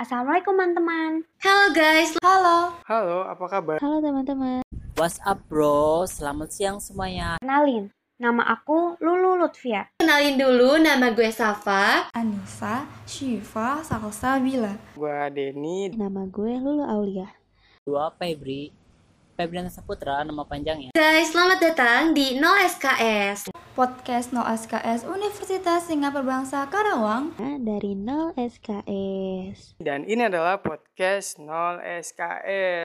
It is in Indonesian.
Assalamualaikum teman-teman. Halo guys, halo. Halo, apa kabar? Halo teman-teman. What's up bro? Selamat siang semuanya. Kenalin, nama aku Lulu Lutfia. Kenalin dulu nama gue Safa. Anissa, Syifa, Salsabila. Gua Denny. Nama gue Lulu Aulia. Dua Febri. Febri Saputra nama panjangnya. Guys, selamat datang di No SKS. Podcast No SKS Universitas Singapura Bangsa Karawang. Dari 0 SKS. Dan ini adalah podcast 0 SKS.